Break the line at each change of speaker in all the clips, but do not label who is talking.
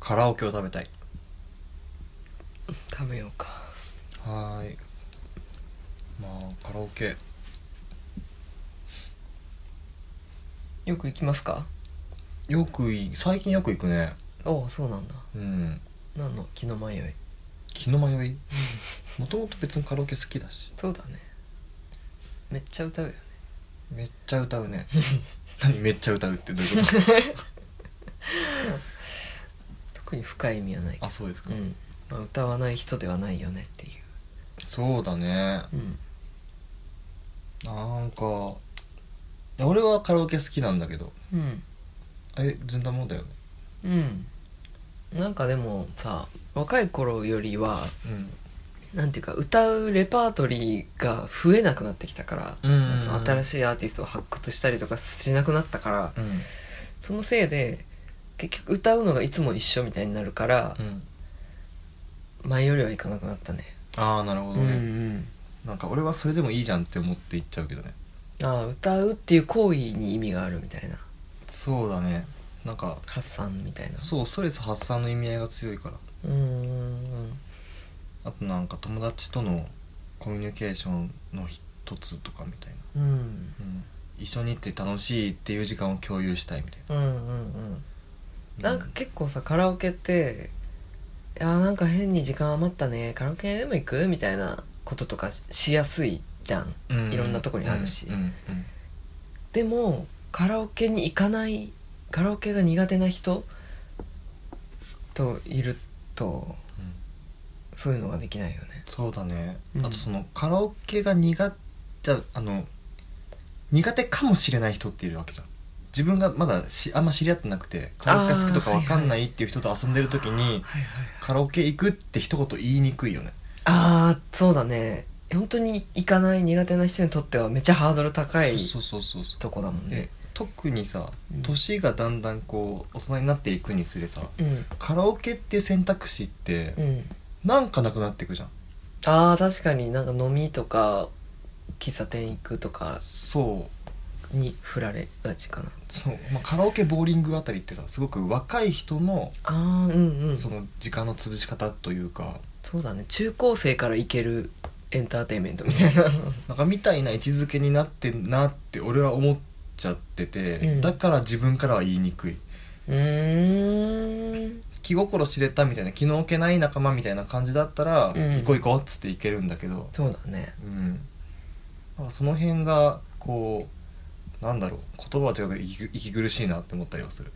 カラオケを食べたい
食べようか
はーいまあカラオケ
よく行きますか
よくい最近よく行くね
おあそうなんだ
うん
何の気の迷い
気の迷いもともと別にカラオケ好きだし
そうだねめっちゃ歌うよね
めっちゃ歌う ね何めっちゃ歌うってどういう こと
特に深い意味はないけ
あそうですか、
どうん、まあ、歌わない人ではないよねってい
そうだね
ううん
なんかいや俺はカラオケ好きなんだけど
うん
えずんだもんだよね
うんなんかでもさ若い頃よりはなんていうか歌うレパートリーが増えなくなってきたから、
うんうんうん
なんか新しいアーティストを発掘したりとかしなくなったから
うんうん
そのせいで結局歌うのがいつも一緒みたいになるから
う、ん
前よりはいかなくなったね
ああなるほ
う
ど
んう
ね、
ん
なんか俺はそれでもいいじゃんって思って行っちゃうけどね
ああ歌うっていう行為に意味があるみたいな
そうだねなんか
発散みたいな
そうストレス発散の意味合いが強いから
ううんうん
あとなんか友達とのコミュニケーションの一つとかみたいな、
うんうん
うん、一緒に行って楽しいっていう時間を共有したいみたい
うんうん
な
なんか結構さカラオケって「いやーなんか変に時間余ったねカラオケでも行く?」みたいなこととかししやすいじゃん
う
いろんなとこにあるし
うんうんうん
でもカラオケに行かないカラオケが苦手な人といると
うん
そういうのができないよね
そうだね、
うん
あとそのカラオケが苦手あの苦手かもしれない人っているわけじゃん自分がまだしあんま知り合ってなくてカラオケが好きとかわかんないっていう人と遊んでる時に、
はいはい
カラオケ行くって一言言いにくいよね
ああそうだね本当に行かない苦手な人にとってはめっちゃハードル高い
そうそうそうそう
とこだもん
で
ね
特にさ
うん
年がだんだんこう大人になっていくにつれさ
うん
カラオケっていう選択肢って
うん
なんかなくなっていくじゃん
ああ確かになんか飲みとか喫茶店行くとか
そう
に振られがちかな
そう、まあ、カラオケボーリングあたりってさすごく若い人の
ああうんうん
そ
そ
の時間の潰し方というか
うだね中高生から行けるエンターテインメント みたいな
なんかみたいな位置づけになってんなって俺は思っちゃってて、
うん
だから自分からは言いにくいう
ーん
気心知れたみたいな気の置けない仲間みたいな感じだったら、
うん
行こう行こうっつって行けるんだけど、
そうだね
うん、なんかその辺がこうなんだろう言葉は違うけど息息苦しいなって思ったりは する。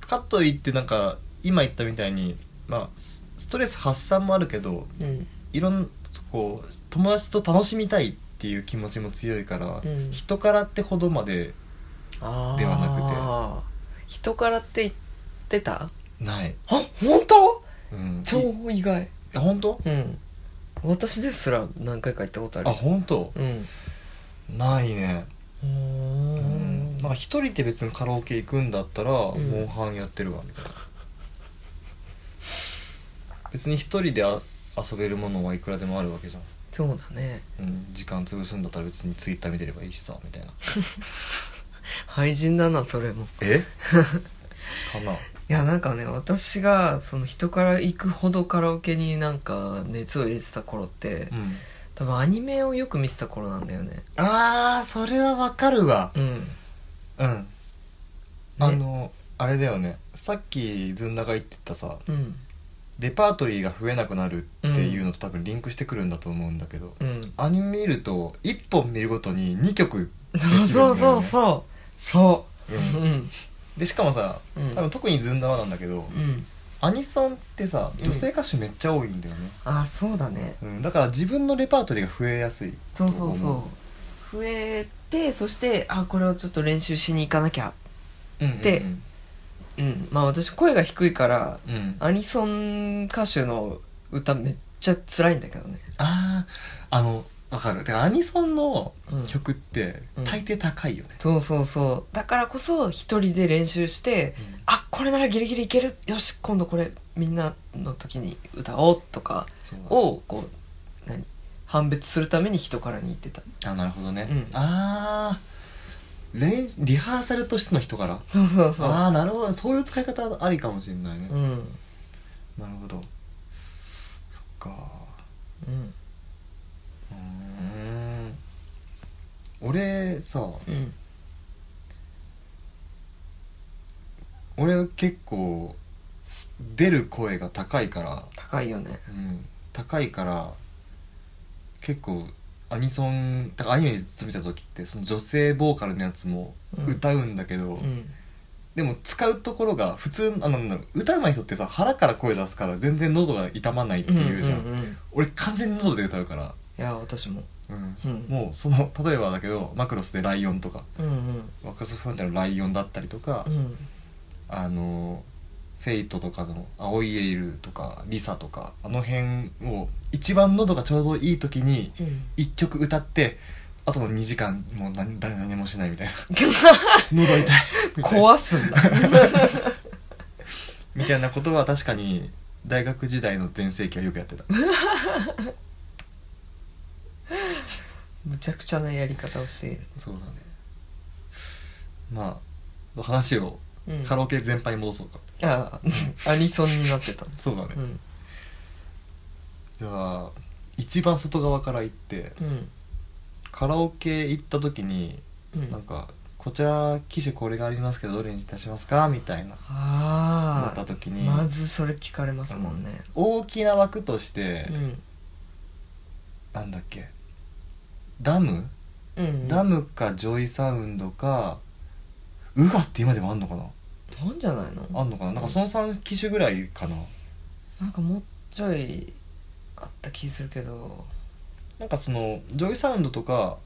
かといってなんか今言ったみたいに、まあ、スストレス発散もあるけど
うん
いろんなこう友達と楽しみたいっていう気持ちも強いから、
うん
人からってほどまで
ああ
では
なくて人からって言ってた
ない、
あ本当
うん、い
超意外
あ本当
うん私ですら何回か行ったことある
あ本当
うん
ないね、
うー
うんん、なんか一人で別にカラオケ行くんだったら、
ん
モンハンやってるわみたいな別に一人であ遊べるものはいくらでもあるわけじゃん、
そうだね
うん、時間潰すんだったら別にツイッター見てればいいしさみたいな
廃人だなそれも
え かない
やなんかね私がその人から行くほどカラオケになんか熱を入れてた頃って
うん
多分アニメをよく見てた頃なんだよね
あーそれはわかるわ
うん
うんあのあれだよねさっきずんだが言ってたさ
うん
レパートリーが増えなくなるっていうのと多分リンクしてくるんだと思うんだけど、
うん
アニメ見ると1本見るごとに2曲できるんだよ
そ
ね
う そうそうそうそう
う
うん
でしかもさ
うん
多分特にずんだはなんだけど、
うん
アニソンってさ
うん
女性歌手めっちゃ多いんだよね、
あそうだね
うん、だから自分のレパートリーが増えやすい
そうそうそう増えてそしてあこれをちょっと練習しに行かなきゃ
う、うんうんうん、
でうんまあ私声が低いから
うん、あ
アニソン歌手の歌めっちゃ辛いんだけどね
あーあのわかるでアニソンの
うん
曲って
うん
大抵高いよね、
そうそうそうだからこそ一人で練習してあこれならギリギリいけるよし今度これみんなの時に歌おうとか
そうだ
をこう何判別するために人からに言ってた
あなるほどね、
うん
ああ練リハーサルとしての人柄
そうそうそう
ああなるほどそういう使い方ありかもしれないね、
うん
なるほどそっか
うん
うーん俺さ
うん
俺は結構出る声が高いから、
高いよね
うん、高いから結構アニソンだからアニメに勤めた時ってその女性ボーカルのやつも歌うんだけど、
うん
でも使うところが普通あのなんだろう歌うまい人ってさ腹から声出すから全然喉が痛まないっていうじゃん,、
うんうんうんい
俺完全に喉で歌うから、
や私も
うん
うん
もうその例えばだけどマクロスで「ライオン」とか
うんうん
マクロスフロンティアの「ライオン」だったりとか、
うん
あのフェイトとかの「青いエール」とか「リサ」とかあの辺を一番喉がちょうどいい時に
うん
一曲歌ってあとの2時間もう何誰何もしないみたい な 喉痛いみたいな
壊すんだ
みたいなことは確かに大学時代の全盛期はよくやってた
むちゃくちゃなやり方をしている
そうだねまあ話を
うん
カラオケ全般に戻そうか、
あ あアニソンになってた
そうだね、
うん
じゃあ一番外側から行って
うん
カラオケ行った時に
うん
なんかこちら機種これがありますけどどれにいたしますかみたいなな
あ
った
あ
時に、
まずそれ聞かれますもんね
大きな枠として、
うん
なんだっけダム、
うん
ダ
な
ムかジョイサウンドかウガって今でもあんのかなん
じゃないの
あんのかななんかその3機種ぐらいかな
なんかもうちょいあった気するけど
なんかそのジョイサウンドとか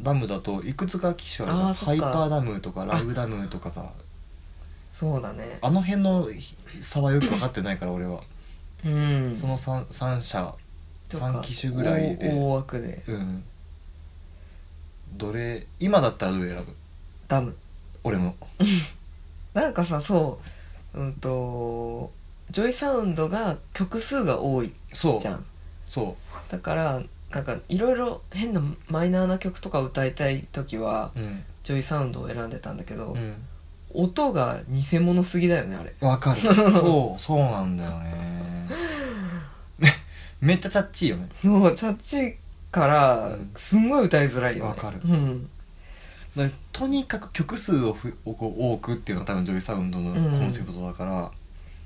ダムだといくつか機種あるじゃん
あーそっか
ハイパーダムとかライブダムとかさ
そうだね
あの辺の差はよく分かってないから俺は、
うん
その 3, 三社
とか
3機種ぐらい
大
で
大枠で
うんどれ今だったらどれ選ぶ
ダム
俺も
なんかさそううんとジョイサウンドが曲数が多い
そう
じゃん
そ
だからなんかいろいろ変なマイナーな曲とか歌いたい時は
ううん
ジョイサウンドを選んでたんだけど、
うん
音が偽物すぎだよねあれ
わかるそうそうなんだよねめめっちゃチャッチーよね
もうチャッチから
うん
すんごい歌いづらいよね
わかる
うん
だからとにかく曲数をふをこう多くっていうのが多分ジョイサウンドのコンセプトだか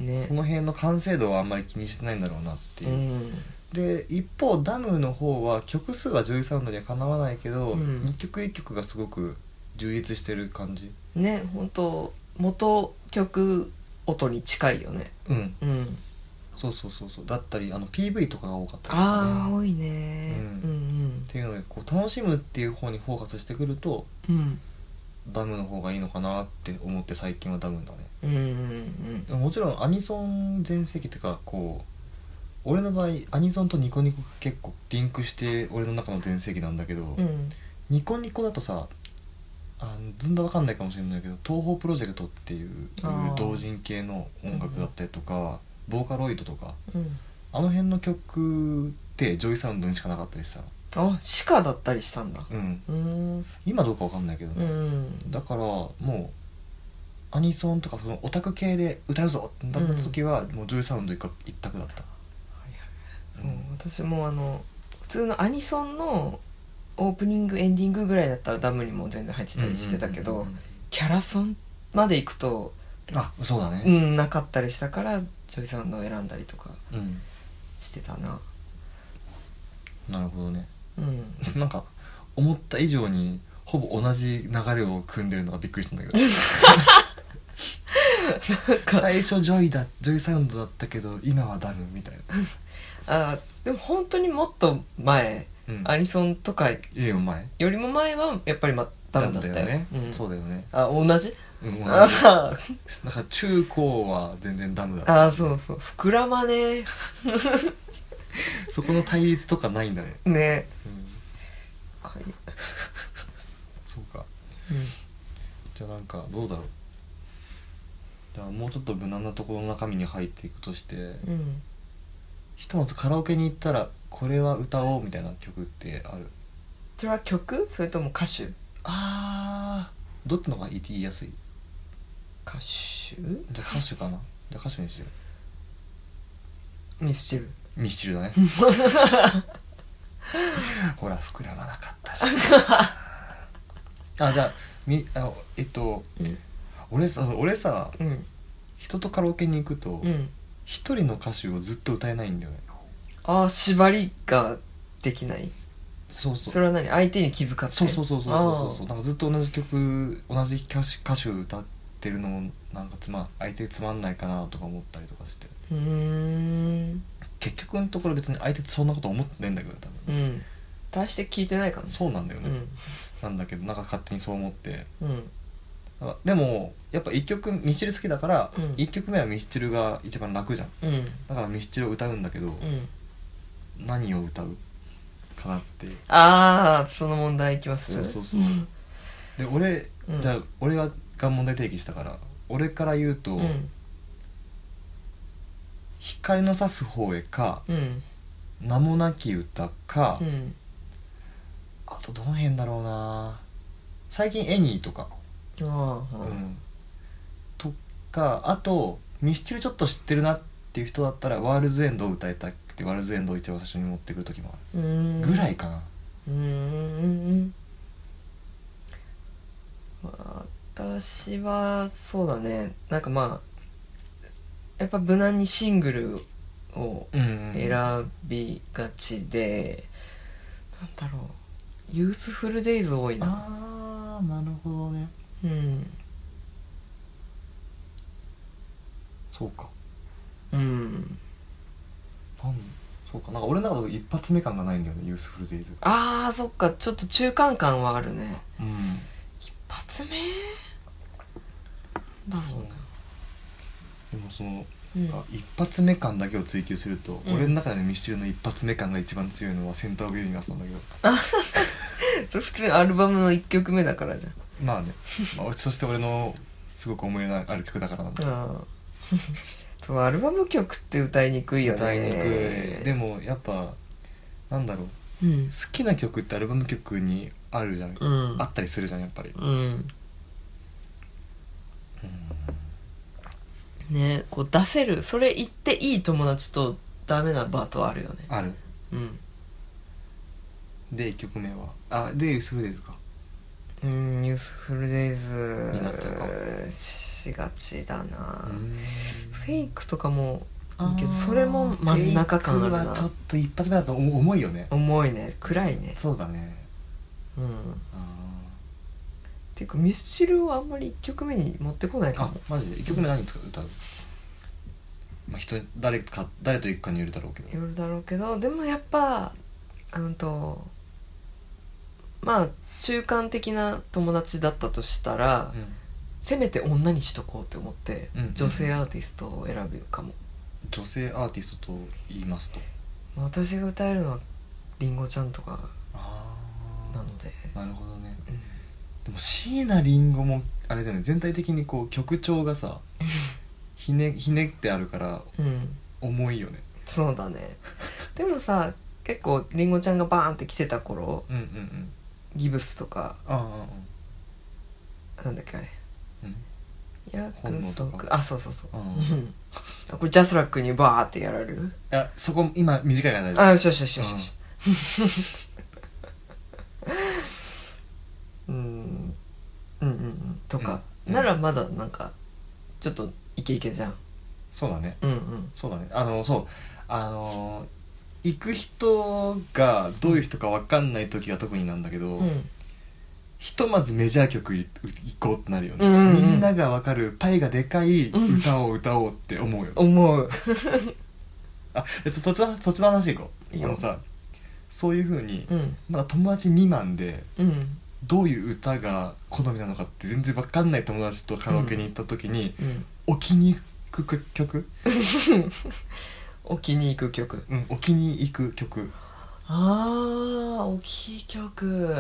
ら、
ね
その辺の完成度はあんまり気にしてないんだろうなっていうう、
ん
で一方ダムの方は曲数はジョイサウンドにはかなわないけど、
うん
一曲一曲がすごく充実してる感じ
ね本当元曲音に近いよね
うん
うん
そうそうそうそうだったりあの PV とかが多かったりとかね
ああ多いね
う
うん
っていうのでこう楽しむっていう方にフォーカスしてくると
うんうん
ダムの方がいいのかなって思って最近はダムだね
うんうん
でももちろんアニソン全盛期っていうかこう俺の場合アニソンとニコニコが結構リンクして俺の中の全盛期なんだけど、
うんうん
ニコニコだとさあのずんだわかんないかもしれないけど東宝プロジェクトっていう
あー
同人系の音楽だったりとか、ボーカロイドとか
うん
あの辺の曲ってジョイサウンドにしかなかったりさ、
あ鹿だったりしたんだ
うん、
うん
今どうかわかんないけどね、
うん
だからもうアニソンとかそのオタク系で歌うぞってなった時は、もうジョイサウンド一角一択だった
そう
うん
私もあの普通のアニソンのオープニングエンディングぐらいだったらダムにも全然入ってたりしてたけど、
うんうんうん
キャラソンまで行くと
うんあそうだね
うんなかったりしたからジョイサウンドを選んだりとか
うん、
してたな
なるほどね
うん
なんか思った以上にほぼ同じ流れを組んでるのがびっくりしたんだけど 最初ジョイだジョイサウンドだったけど今はダムみたいな、
あでも本当にもっと前
うん、
アニソンとか
いいよ前
よりも前はやっぱりまダムだったよ
ね、
うん、
そうだよね、
あ同じ
うん、同じ
あ
だから中高は全然ダムだった
あそうそう膨らまね
そこの対立とかないんだね、
ね
うん、
かい
そうか
うん
じゃあなんかどうだろうじゃあもうちょっと無難なところの中身に入っていくとして、
うん
ひとまずカラオケに行ったらこれは歌おうみたいな曲ってある
それは曲それとも歌手
あーどっちの方が言いやすい
歌手
じゃあ歌手かなじゃあ歌手にしよ
ミスチル
うミスチルだ ねほら膨らまなかったじゃんあじゃあみあえっと
うん
俺さ俺さ
うん
人とカラオケに行くと
うん
一、人の歌手をずっと歌えないんだよね
ああ縛りができない
そうそう
それは何相手に気遣って
そうそうそうそうそうそうそううなんかずっと同じ曲同じ歌手歌手歌ってるのもなんかつまん相手つまんないかなとか思ったりとかして
うーん
結局のところ別に相手ってそんなこと思ってないんだけど多分、
うん大して聞いてないかな
そうなんだよね、
うん
なんだけどなんか勝手にそう思って
うん
なんかでもやっぱ1曲ミスチル好きだから、
うん
一1曲目はミスチルが一番楽じゃん
うん
だからミスチルを歌うんだけど、
うん
何を歌うかなって
ああその問題いきます
そうそうそうで俺、
うん
じゃあ俺が問題提起したから俺から言うと、
うん
光の差す方へか
うん
名もなき歌か、
うん
あとどの辺だろうな最近エニーとか、
ああ
うんとかあとミスチルちょっと知ってるなっていう人だったら「ワールズエンド」を歌いたくて「ワールズエンド」を一番最初に持ってくる時もあ
うーん
るぐらいかな、
うーん私はそうだねなんかまあやっぱ無難にシングルを
うん
選びがちで、なんだろうユースフルデイズ多いな
ああなるほどね
うん
そうか
うん
なんそうかなんか俺の中だと一発目感がないんだよねユースフルデイズが
あーそっかちょっと中間感はあるね
うん
一発目だろ
でもその
うな
あ一発目感だけを追求すると、
うん
俺の中でミスチルの一発目感が一番強いのはセンターオブユニバースなんだけど
うんそれ普通にアルバムの1曲目だからじゃん
まあね、まあ、そして俺のすごく思い入れのある曲だからなんだ
ああ そうアルバム曲って歌いにくいよね
歌いにくいでもやっぱなんだろう
うん
好きな曲ってアルバム曲にあるじゃん、
うん
あったりするじゃんやっぱり
うんねこう出せるそれ言っていい友達とダメなバートあるよね
ある
うん
で1曲目はあでユスフルデイズか
うん「ニュースフルデイズ
になっちゃうか」
しがちだな、
うん
フェイクとかもいいけどそれも真ん中感ある
フェイク
な
はちょっと一発目だと重重いよね
重いね暗いね
そうだね
うんっ
あー
ていうかミスチルをあんまり1曲目に持ってこないか
あ
も
マジで1曲目何使う歌う、まあ、人誰か誰と行くかによるだろうけど
よるだろうけどでもやっぱあのとまあ中間的な友達だったとしたら、
うん
せめて女にしとこうって思って、
うん
女性アーティストを選ぶかも、
女性アーティストと言いますと
まあ私が歌えるのはりんごちゃんとか
ああ
なので、
なるほどね
うん
でも椎名林檎もあれだよね全体的にこう曲調が さひねひねってあるから
うん、
重いよね
そうだねでもさ結構りんごちゃんがバーンって来てた頃
うんうんうん
ギブスとか
ああ
なんだっけあれ
ああうん
約
本能と
束
か
あそうそうそう
うん
うんあこれジャスラックにバーってやられる
いやそこ今短いから大丈夫
あよしよしよしよしよしうんうんうんうんとか、
うん
ならまだなんかちょっとイケイケじゃん
そうだね
うんうん
そうだねあのそうあの行く人がどういう人か分かんない時が特になんだけど、
うん
ひとまずメジャー曲い行こうってなるよね、
うんうんうん
みんなが分かるパイがでかい歌を歌おうって思うよ、
思う
あえっとそっちのそっちの話行こう
いいよ
あのさそういうふうに、
うん
まだ友達未満で
うん
どういう歌が好みなのかって全然分かんない友達とカラオケに行った時に、
うん
置きに行く曲、
置きに行く曲
うん、置きに行く曲
あー大きい曲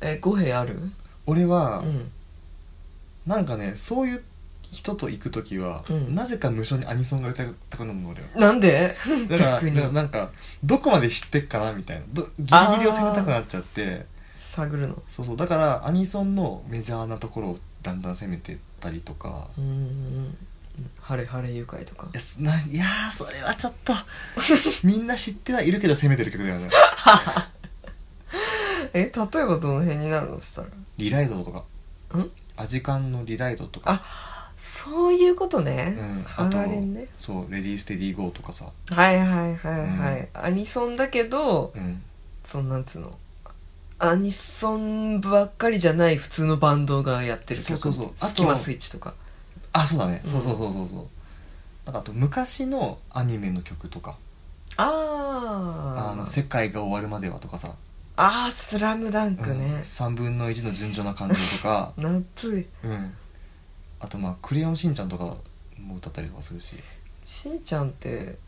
え五5部ある
俺は、
うん
なんかねそういう人と行く時は、
うん
なぜか無性にアニソンが歌いたくなるの俺は
なんで
だから
逆に
だからなんかどこまで知ってっかなみたいなどギリギリを攻めたくなっちゃって
探るの
そうそうだからアニソンのメジャーなところをだんだん攻めてったりとか
うーん晴れ晴れ愉快とか
いやそないやーそれはちょっ とみんな知ってはいるけど攻めてる曲だよね
え例えばどの辺になるのそしたら
リライドとか
ん
アジカンのリライドとか
あそういうことね、
うん
ハガレンね
そうレディーステディーゴーとかさ
はいはいはいはい、アニソンだけど
うん
そのなんつうのアニソンばっかりじゃない普通のバンドがやってる曲
そうそうそうあと
スキマスイッチとか
あそうだね
うん
そうそうそうそうそうだからあと昔のアニメの曲とか「
あ
あ
ー
の世界が終わるまでは」とかさ
あースラムダンク
うん
ね、
3分の1の純情な感情とか
夏い
うんあとまあ「クレヨンしんちゃん」とかも歌ったりとかするし
しんちゃんって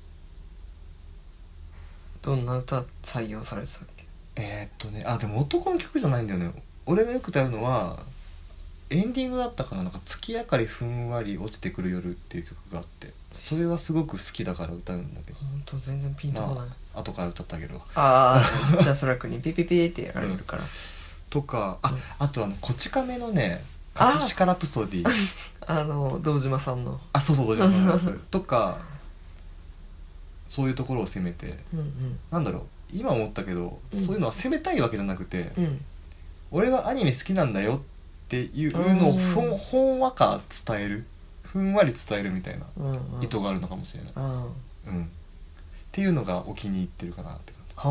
どんな歌採用されてたっけ
えー、っとねあでも男の曲じゃないんだよね俺がよく歌うのはエンディングだったかななんか「月明かりふんわり落ちてくる夜」っていう曲があってそれはすごく好きだから歌うんだけど
ほんと全然ピンとこない、
まあ後から歌ってあげるわ
ああじゃあそらくにピピピってやられるから、
とか
う
あ
ん
あとあの「こち亀」のね「
あー
葛飾ラプソディ」
あの堂島さんの
あそうそうどうじゃな くとかそういうところを攻めて
うんうん
なんだろう今思ったけど、
うん
そういうのは攻めたいわけじゃなくて、
うん
俺はアニメ好きなんだよっていうのをふ
うん
んほんわか伝えるふんわり伝えるみたいな
うんうん
意図があるのかもしれない、
うん
うんっていうのがお気に入ってるかなって感じ、
はあ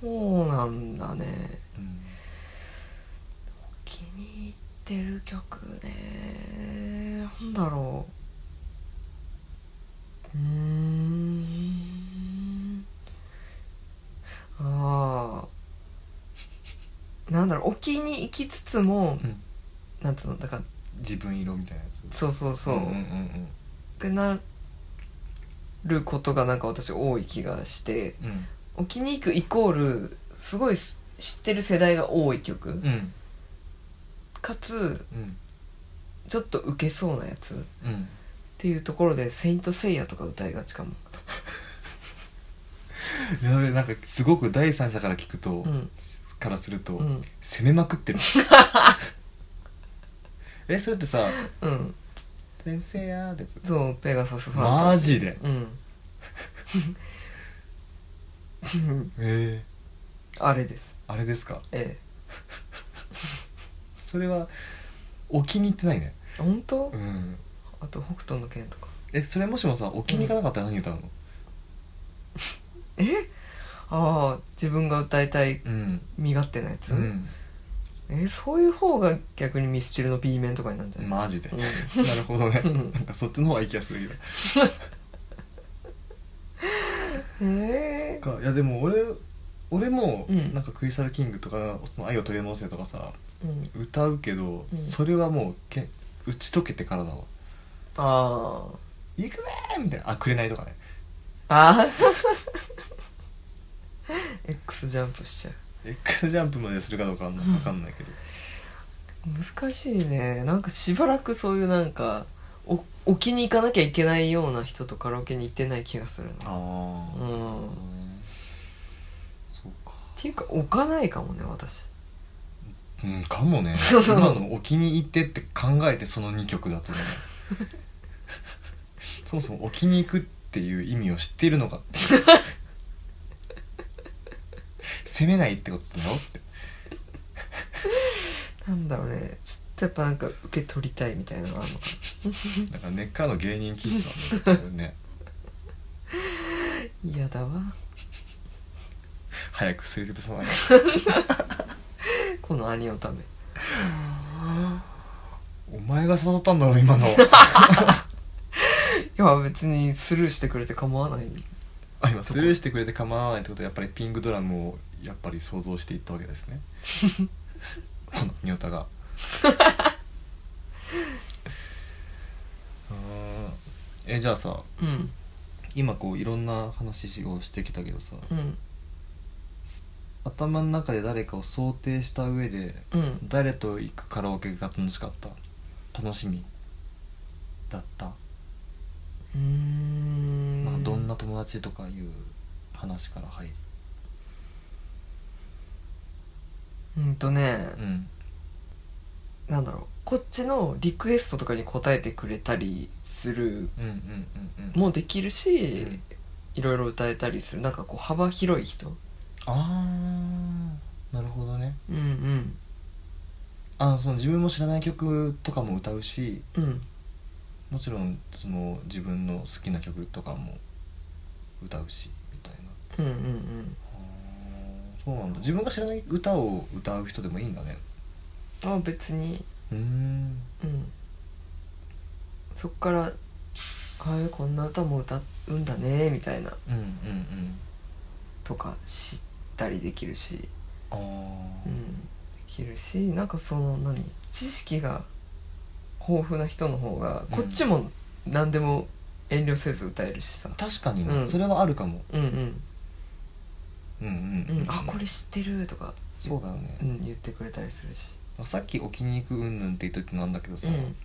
そうなんだね
うん
気に入ってる曲ねなんだろううーんああなんだろう沖に行きつつも、
うん
なんつうのだから
自分色みたいなやつ
そうそうそう、
うんうんう
っ
ん
てなることがなんか私多い気がして
うん
沖に行くイコールすごい知ってる世代が多い曲、
うん
かつ
うん
ちょっとウケそうなやつっ
うん
ていうところで「セイント・セイヤ」とか歌いがちかも、
やべなんかすごく第三者から聞くと、
うん
からすると、
うん
攻めまく ってるえそれってさ
うん
「先生や」ってやつ
そうペガサスファンタ
マ
ジ
ジで
ーうん
え
あれです
ー、あれですか
え
それはお気に入ってないね
え本当、
うん
あと北斗の拳とか
えそれもしもさお気に入らなかったら何歌うの
ああ自分が歌いたい
うん
身勝手なやつ、
うん、
えそういう方が逆にミスチルの B 面とかになるんじゃない、
マジで、
うん
なるほどね
うん
なんかそっちの方がいい気がするけ
ええ
どかいやでも俺俺も、
うん
なんかクリスタル・キングとか「その愛を取り戻せ」とかさ
うん、
歌うけど、
うん
それはもうけ打ち解けてからだわ
ああ
「行くぜ!」みたいなあくれないとかね
ああ X ジャンプしちゃう
X ジャンプまでするかどうかはもう分かんないけど、
難しいねなんかしばらくそういうなんかお置きに行かなきゃいけないような人とカラオケに行ってない気がするなっ
あ
ー
うんそうか
ていうか置かないかもね私
うんかもね今のお気に入ってって考えてその2曲だとねそもそもお気に行くっていう意味を知っているのかっていう責めないってことだろって
なんだろうねちょっとやっぱなんか受け取りたいみたいなのがあるの
な
か
んか根っからの芸人気質なんだよね
な嫌だわ
早くすりつぶさない
この兄のため
お前が誘ったんだろ今の
いや別にスルーしてくれて構わない
あ今スルーしてくれて構わないってことはやっぱりピンクドラムをやっぱり想像していったわけ ですねこのニョタ がうーんえじゃあさ
うん
今こういろんな話をしてきたけどさ
うん
頭の中で誰かを想定した上で
うん
誰と行くカラオケが楽しかった楽しみだった、
うーん
まあ、どんな友達とかいう話から入る
うんとね、
うん
なんだろうこっちのリクエストとかに応えてくれたりする
うんうんうんうん
もできるし、
うん
いろいろ歌えたりするなんかこう幅広い人
ああなるほどね
うんうん
あその自分も知らない曲とかも歌うし
うん
もちろんその自分の好きな曲とかも歌うしみたいな
うんうんうん
あーそうなんだ自分が知らない歌を歌う人でもいいんだね
まあ別に
うーん
うんそっから「ああこんな歌も歌うんだね」みたいな
うんうんうん
とか知ったりできるし
ああ
うんできるしなんかその何知識が豊富な人の方がこっちも何でも遠慮せず歌えるしさ、
確かにね、
うん
それはあるかも
うんうん
うんうん
うん、あこれ知ってるとか、
そうだよね
う、ん、言ってくれたりするし、
さっき置きに行くうんぬんって言っといてなんだけどさ、
うん、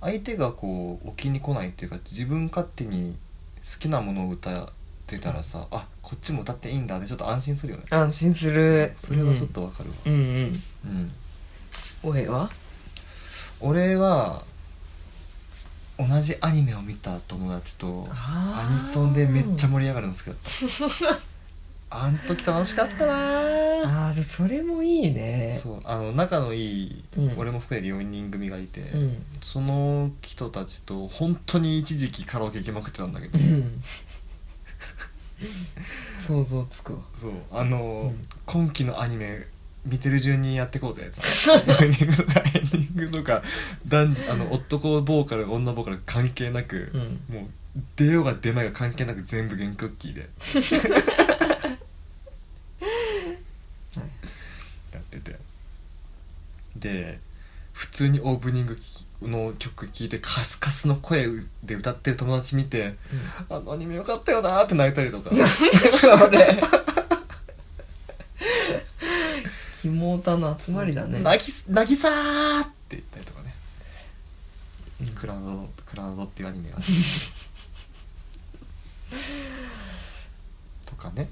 相手がこう置きに来ないっていうか自分勝手に好きなものを歌ってたらさ、あこっちも歌っていいんだってちょっと安心するよね
安心する
それはちょっとわかるわ、
うんうん
うん、
おえは
俺は同じアニメを見た友達と
あ
ア
ー
ニソンでめっちゃ盛り上がるんですけ どあん時楽しかったな
ああそれもいいね
そうあの仲のいい、
うん
俺も含めて4人組がいて、
うん
その人たちと本当に一時期カラオケ行きまくってたんだけど
うん想像つくわ
そうあの、
うん
今期のアニメ見てる順にやってこうぜっつって エンディングとかエンディングとか男あの男ボーカル女ボーカル関係なく、
うん
もう出ようが出まいが関係なく全部原クッキーでやっててで普通にオープニングの曲聴いてカスカスの声で歌ってる友達見て「あのアニメよかったよな」って泣いたりとか
それひもたの集まりだね
泣き泣きさーって言ったりとかね「クラドクラドっていうアニ メがあってとかね、うん
い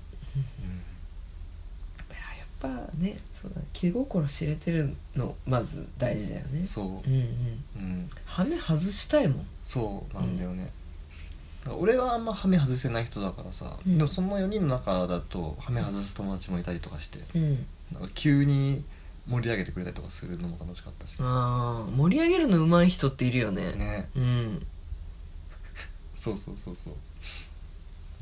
ややっぱねそうだね気心知れてるのまず大事だよね
そ
うんうん
う、うん、
羽目外したいもん
そうなんだよね、だから俺はあんまハメ外せない人だからさ、
うん
でもその4人の中だとハメ外す友達もいたりとかして
うん
なんか急に盛り上げてくれたりとかするのも楽しかったし、
ああ盛り上げるの上手い人っているよね
ね
うん
そうそうそうそう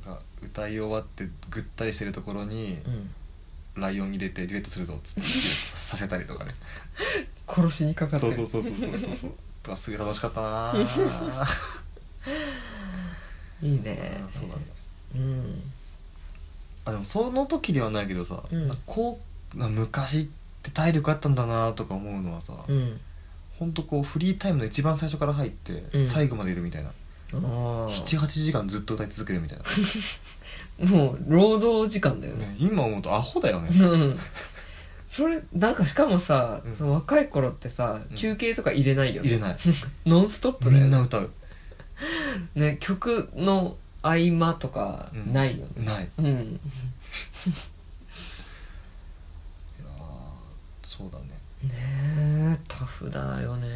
なんか歌い終わってぐったりしてるところに
うん
ライオン入れてデュエットするぞっつってさせたりとかね
殺しにかかって
そう
る
そうそうそうそうそう そうとかすごい楽しかったなー
いい
あ
ね
ーそうだね
うん
あでもその時ではないけどさ、
うん
こうな昔って体力あったんだなとか思うのはさ、
うん
ほんとこうフリータイムの一番最初から入って
うん
最後までいるみたいな、
あ
78時間ずっと歌い続けるみたいな、
あもう労働時間だよね
ね、今思うとアホだよね
うんそれなんかしかもさ、
うん
その若い頃ってさ
うん
休憩とか入れないよ
入
ね、
れない
ノンストップ
み
だよ
んな
ね
歌う
ね曲の合間とか
うん
ないよね
ないいや
うん、
ーそうだね
ねえタフだよね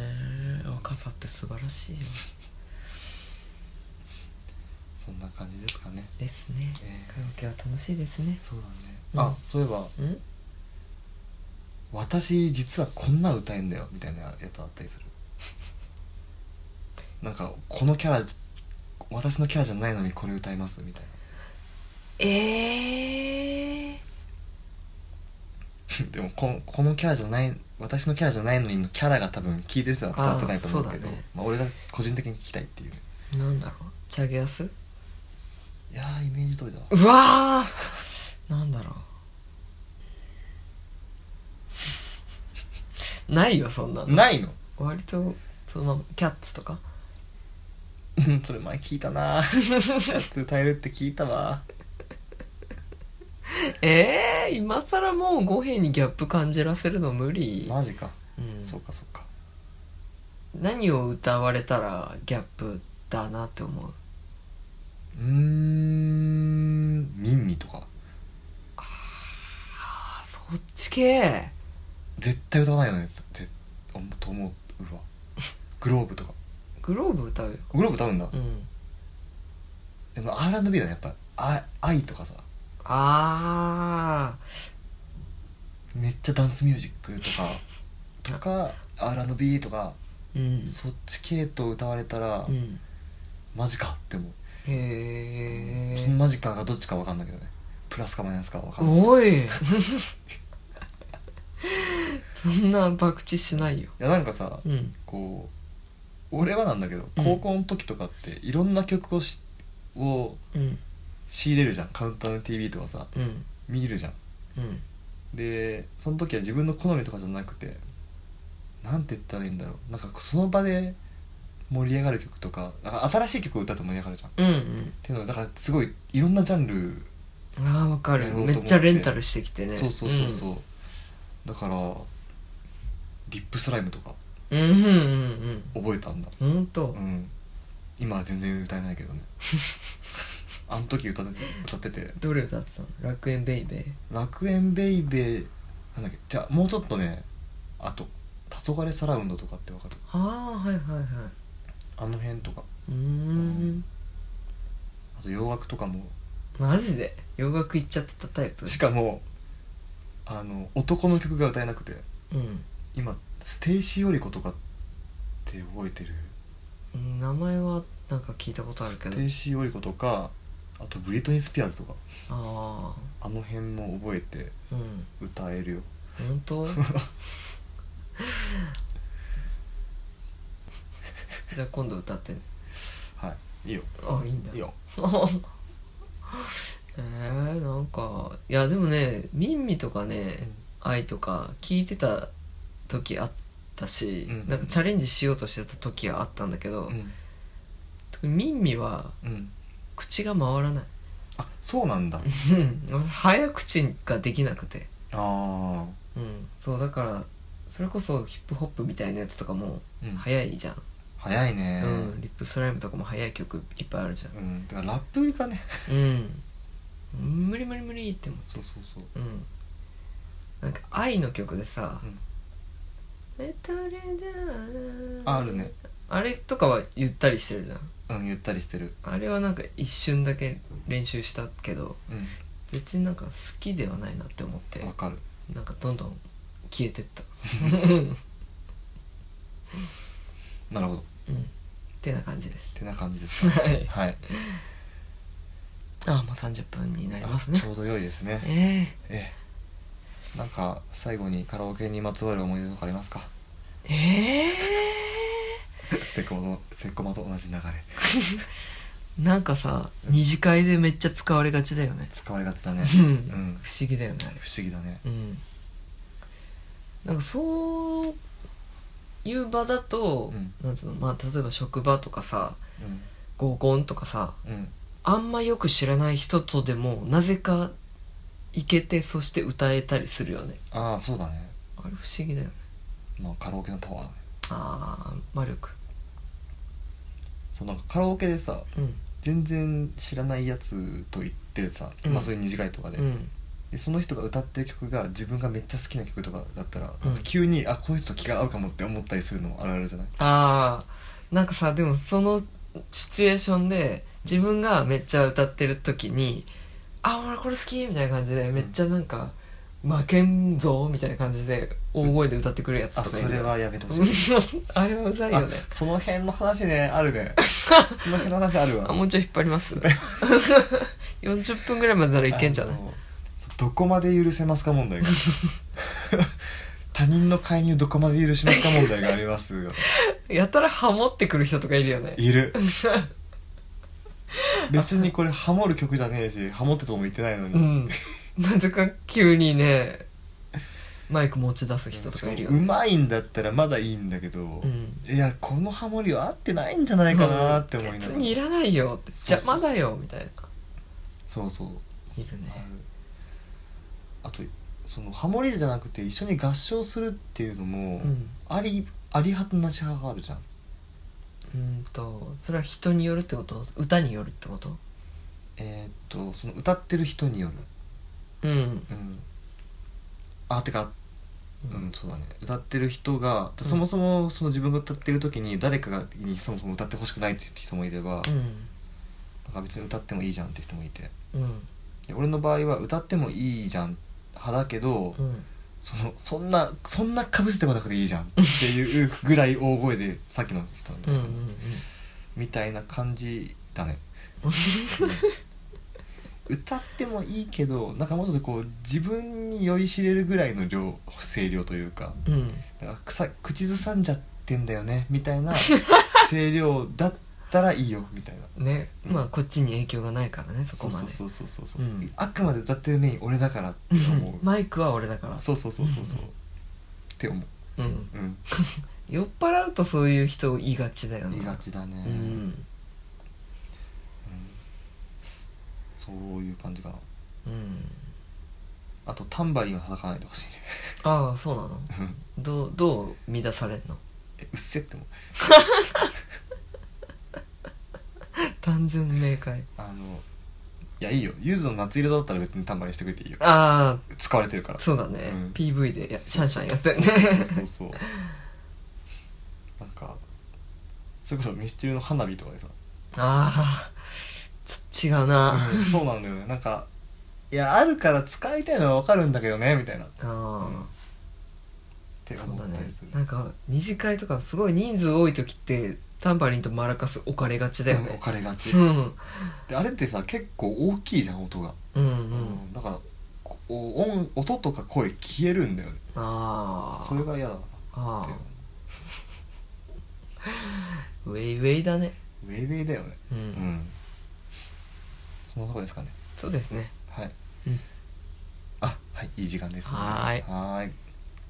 若さって素晴らしいよ
そんな感じですかね
ですね
えー
カラオケは楽しいですね
そうだね、
うん
あそういえば
うん
私実はこんな歌えんだよみたいなやつあったりする なんかこのキャラ私のキャラじゃないのにこれ歌いますみたい
ええ
な でもここのキャラじゃない私のキャラじゃないのにのキャラが多分聞いてる人は伝わってないと思うけ
あーそ
ど
うだね
まあ、俺が個人的に聞きたいっていう
ー、なんだろうチャゲアス
いやーイメージ通りだわ
うわーなんだろう ないよそんなの
ないの
割とそのキャッツとか
うんそれ前聞いたな やつ歌えるって聞いたわ
ええー、今更もう五平にギャップ感じらせるの無理、
マジか、
うん、
そうかそうか
何を歌われたらギャップだなって思
う
う
ーんミンミとか
あそっち系
絶対歌わないよね絶あと思うわグローブとか
グローブ歌うよ
グローブ歌うんだ、
うん
でも R&B だねやっぱあ愛とかさ
あ
めっちゃダンスミュージックとかとか R&B とか、
ーうん
そっち系統歌われたら、
うん
マジかって思う、
へ
その
え
マジかがどっちか分かんないけどねプラスかマイナスか分かんない
おい そんな博打しないよ
いやなんかさ
うん
こう俺はなんだけど
うん
高校の時とかっていろんな曲をしを
うん
仕入れるじゃんカウントダウン TV とかさ
うん
見るじゃん
うん
でその時は自分の好みとかじゃなくてなんて言ったらいいんだろうなんかその場で盛り上がる曲とかなんか新しい曲を歌って盛り上がるじゃんっ
うんうん
ていうのはだからすごいいろんなジャンル、
ああわか
や
る
ろうと思
め
って
っちゃレンタルしてきてね
そうそうそうそう、だからリップスライムとか
うんうんうんうん
覚えたんだ
うんほんと
うん今は全然歌えないけ どねあの時歌って歌ってて
どれ歌ってたの楽園ベイベー
「楽園ベイベー」なんだっけじゃあもうちょっとねあと「黄昏サラウンド」とかってわかる
ああはいはいはい
あの辺とか
うーん
あと洋楽とかも
マジで洋楽行っちゃってたタイプ
しかもあの男の曲が歌えなくて
うん
今ステイシー・ヨリコとかって覚えてる
うん名前はなんか聞いたことあるけ
ス
ど
テイシー・ヨリコとかあとブリトニー・スピアーズとか
あ
あの辺も覚えて
あうん
歌えるよ
本 当じゃあ今度歌ってね
はいいいよ
あいいんだ
いいよ
えー、なんかいやでもねミンミとかね「愛」とか聞いてた時あったし、
うん
なんかチャレンジしようとしてた時はあったんだけど、
うん
特にミンミは
うん
口が回らない
あそうなんだ
うん 早口ができなくて
あー
うんそうだからそれこそヒップホップみたいなやつとかも
うん
早いじゃん、
早いね
うん、リップスライムとかも早い曲いっぱいあるじゃ
うんだからラップがね
んうん無理無理無理っても
そうそうそう
うんなんか愛の曲でさ
うん
「メタルだ
ああるね
あれとかはゆったりしてるじゃん
うんゆったりしてる
あれはなんか一瞬だけ練習したけど
う
別になんか好きではないなって思って
んわかる
なんかどんどん消え てった
なるほどっ
うんってな感じです
てな感じです か
はい
はい
あもう30分になります
あ
ね
ちょうど良いですね
ええ
ええなんか最後にカラオケにまつわる思い出とかあり ますか
え
セコマとセコマと同じ流れ
ー、なんかさ二次会でめっちゃ使われがちだよね
使われがちだね
う
うんん
不思議だよねあれ
不思議だね
うんなんかそういう場だと、
うん
なんつうのまあ例えば職場とかさ
うん
合コンとかさ
うん
あんまよく知らない人とでもなぜか行けてそして歌えたりするよね
ああそうだね
あれ不思議だよね
まあカラオケのパワーだね
ああ魔力
そうなんかカラオケでさ
うん
全然知らないやつと言ってさ、
うん
まあそういう二次会とかで,、
うん
でその人が歌ってる曲が自分がめっちゃ好きな曲とかだったら、
うん
急にあこの人と気が合うかもって思ったりするのもあるあるじゃない
ああなんかさでもそのシチュエーションで自分がめっちゃ歌ってる時に「あ俺これ好き」みたいな感じでめっちゃなんか「負けんぞ」みたいな感じで大声で歌ってくるやつと
あ
かい
そ
る
れ
よ
はやめてほしい
うん あれはうざいよね
あその辺の話ねある ねその辺の話あるわ
あもうちょい引っ張ります 40分ぐらいまでならいけんじゃない
あのそうどこまで許せますか問 題が他人の介入どこまで許しますか問題がありますよ
やたらハモってくる人とかいるよね
いる別にこれハモる曲じゃねえしハモってとも言ってないのに、
う
うん
なぜか急にねマイク持ち出す人とかいるよね
まいんだったらまだいいんだけど、
うん
いやこのハモリは合ってないんじゃないかなって思いなが
別
ら、
にいらないよって
そうそうそう
邪魔だよみたいな
そうそう
いる
あるあとそのハモリじゃなくて一緒に合唱するっていうのも、
うん
ありあり派となし派があるじゃん
うーんとそれは人によるってこと歌によるってこと
えーっとその歌ってる人による
うん
うんあてかうん、そうだね歌ってる人が、
ん
そもそもその自分が歌ってる時に誰かがにそもそも歌ってほしくないっていう人もいれば、
う
なん
ん
か別に歌ってもいいじゃんっていう人もいて
うん
で俺の場合は歌ってもいいじゃん派だけど、
うん
そのそんなそんなかぶせてこなくていいじゃんっていうぐらい大声でさっきの人みた
う
い
ん
な,、
うん
みたいな感じだ ねうん歌ってもいいけどなんかもうちょっとこう自分に酔いしれるぐらいの量声量というか
うんうん
なんか草口ずさんじゃってんだよねみ たいな声量だったらいいよみたいな
ねまあこっちに影響がないからねそこ
そう
ま
そう
で
そうそうそう、う
うん
あくまで歌ってるメイン俺だからって思う
マイクは俺だから
そうそうそうそうそうって思う
うん
うん
酔っ払うとそういう人言いがちだよね
言いがちだね、
う
うん
ん
そういう感じかな
うん
あとタンバリンは叩かないでほしいね
ああそうなのどうどう乱されんの
えうっせって思う
単純明快
あのいやいいよゆずの夏色だったら別にタンバリンしてくれていいよ
あ
使われてるから
あそうだね、
うん
PV でやシャンシャンやってる
そう
ね
そうそうそうなんかそれこそミスチルの花火とかでさ、
ああちょっと違うな、あ
そうなんだよねなんかいやあるから使いたいのは分かるんだけどねみたいなっ
あ
うんて
そ
思
うだ
った
ね
りする
なんか二次会とかすごい人数多い時ってタンバリンとマラカス置かれがちだよ
うん置
ね
かれがち
うん、うん
であれってさ結構大きいじゃん音が、
うん
うんだからこう音音とか声消えるんだよね
ああ
それが嫌だなっ
あ
て
あウェイウェイだね
ウェイウェイだよね
うん、
うんそんなとこですかね
そうですね
はい、
うん
あはいいい時間ですね
はーい
はーい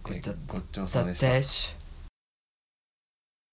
ごちょ
えごちそう
ザ・
さま
デ
でした
ッシュ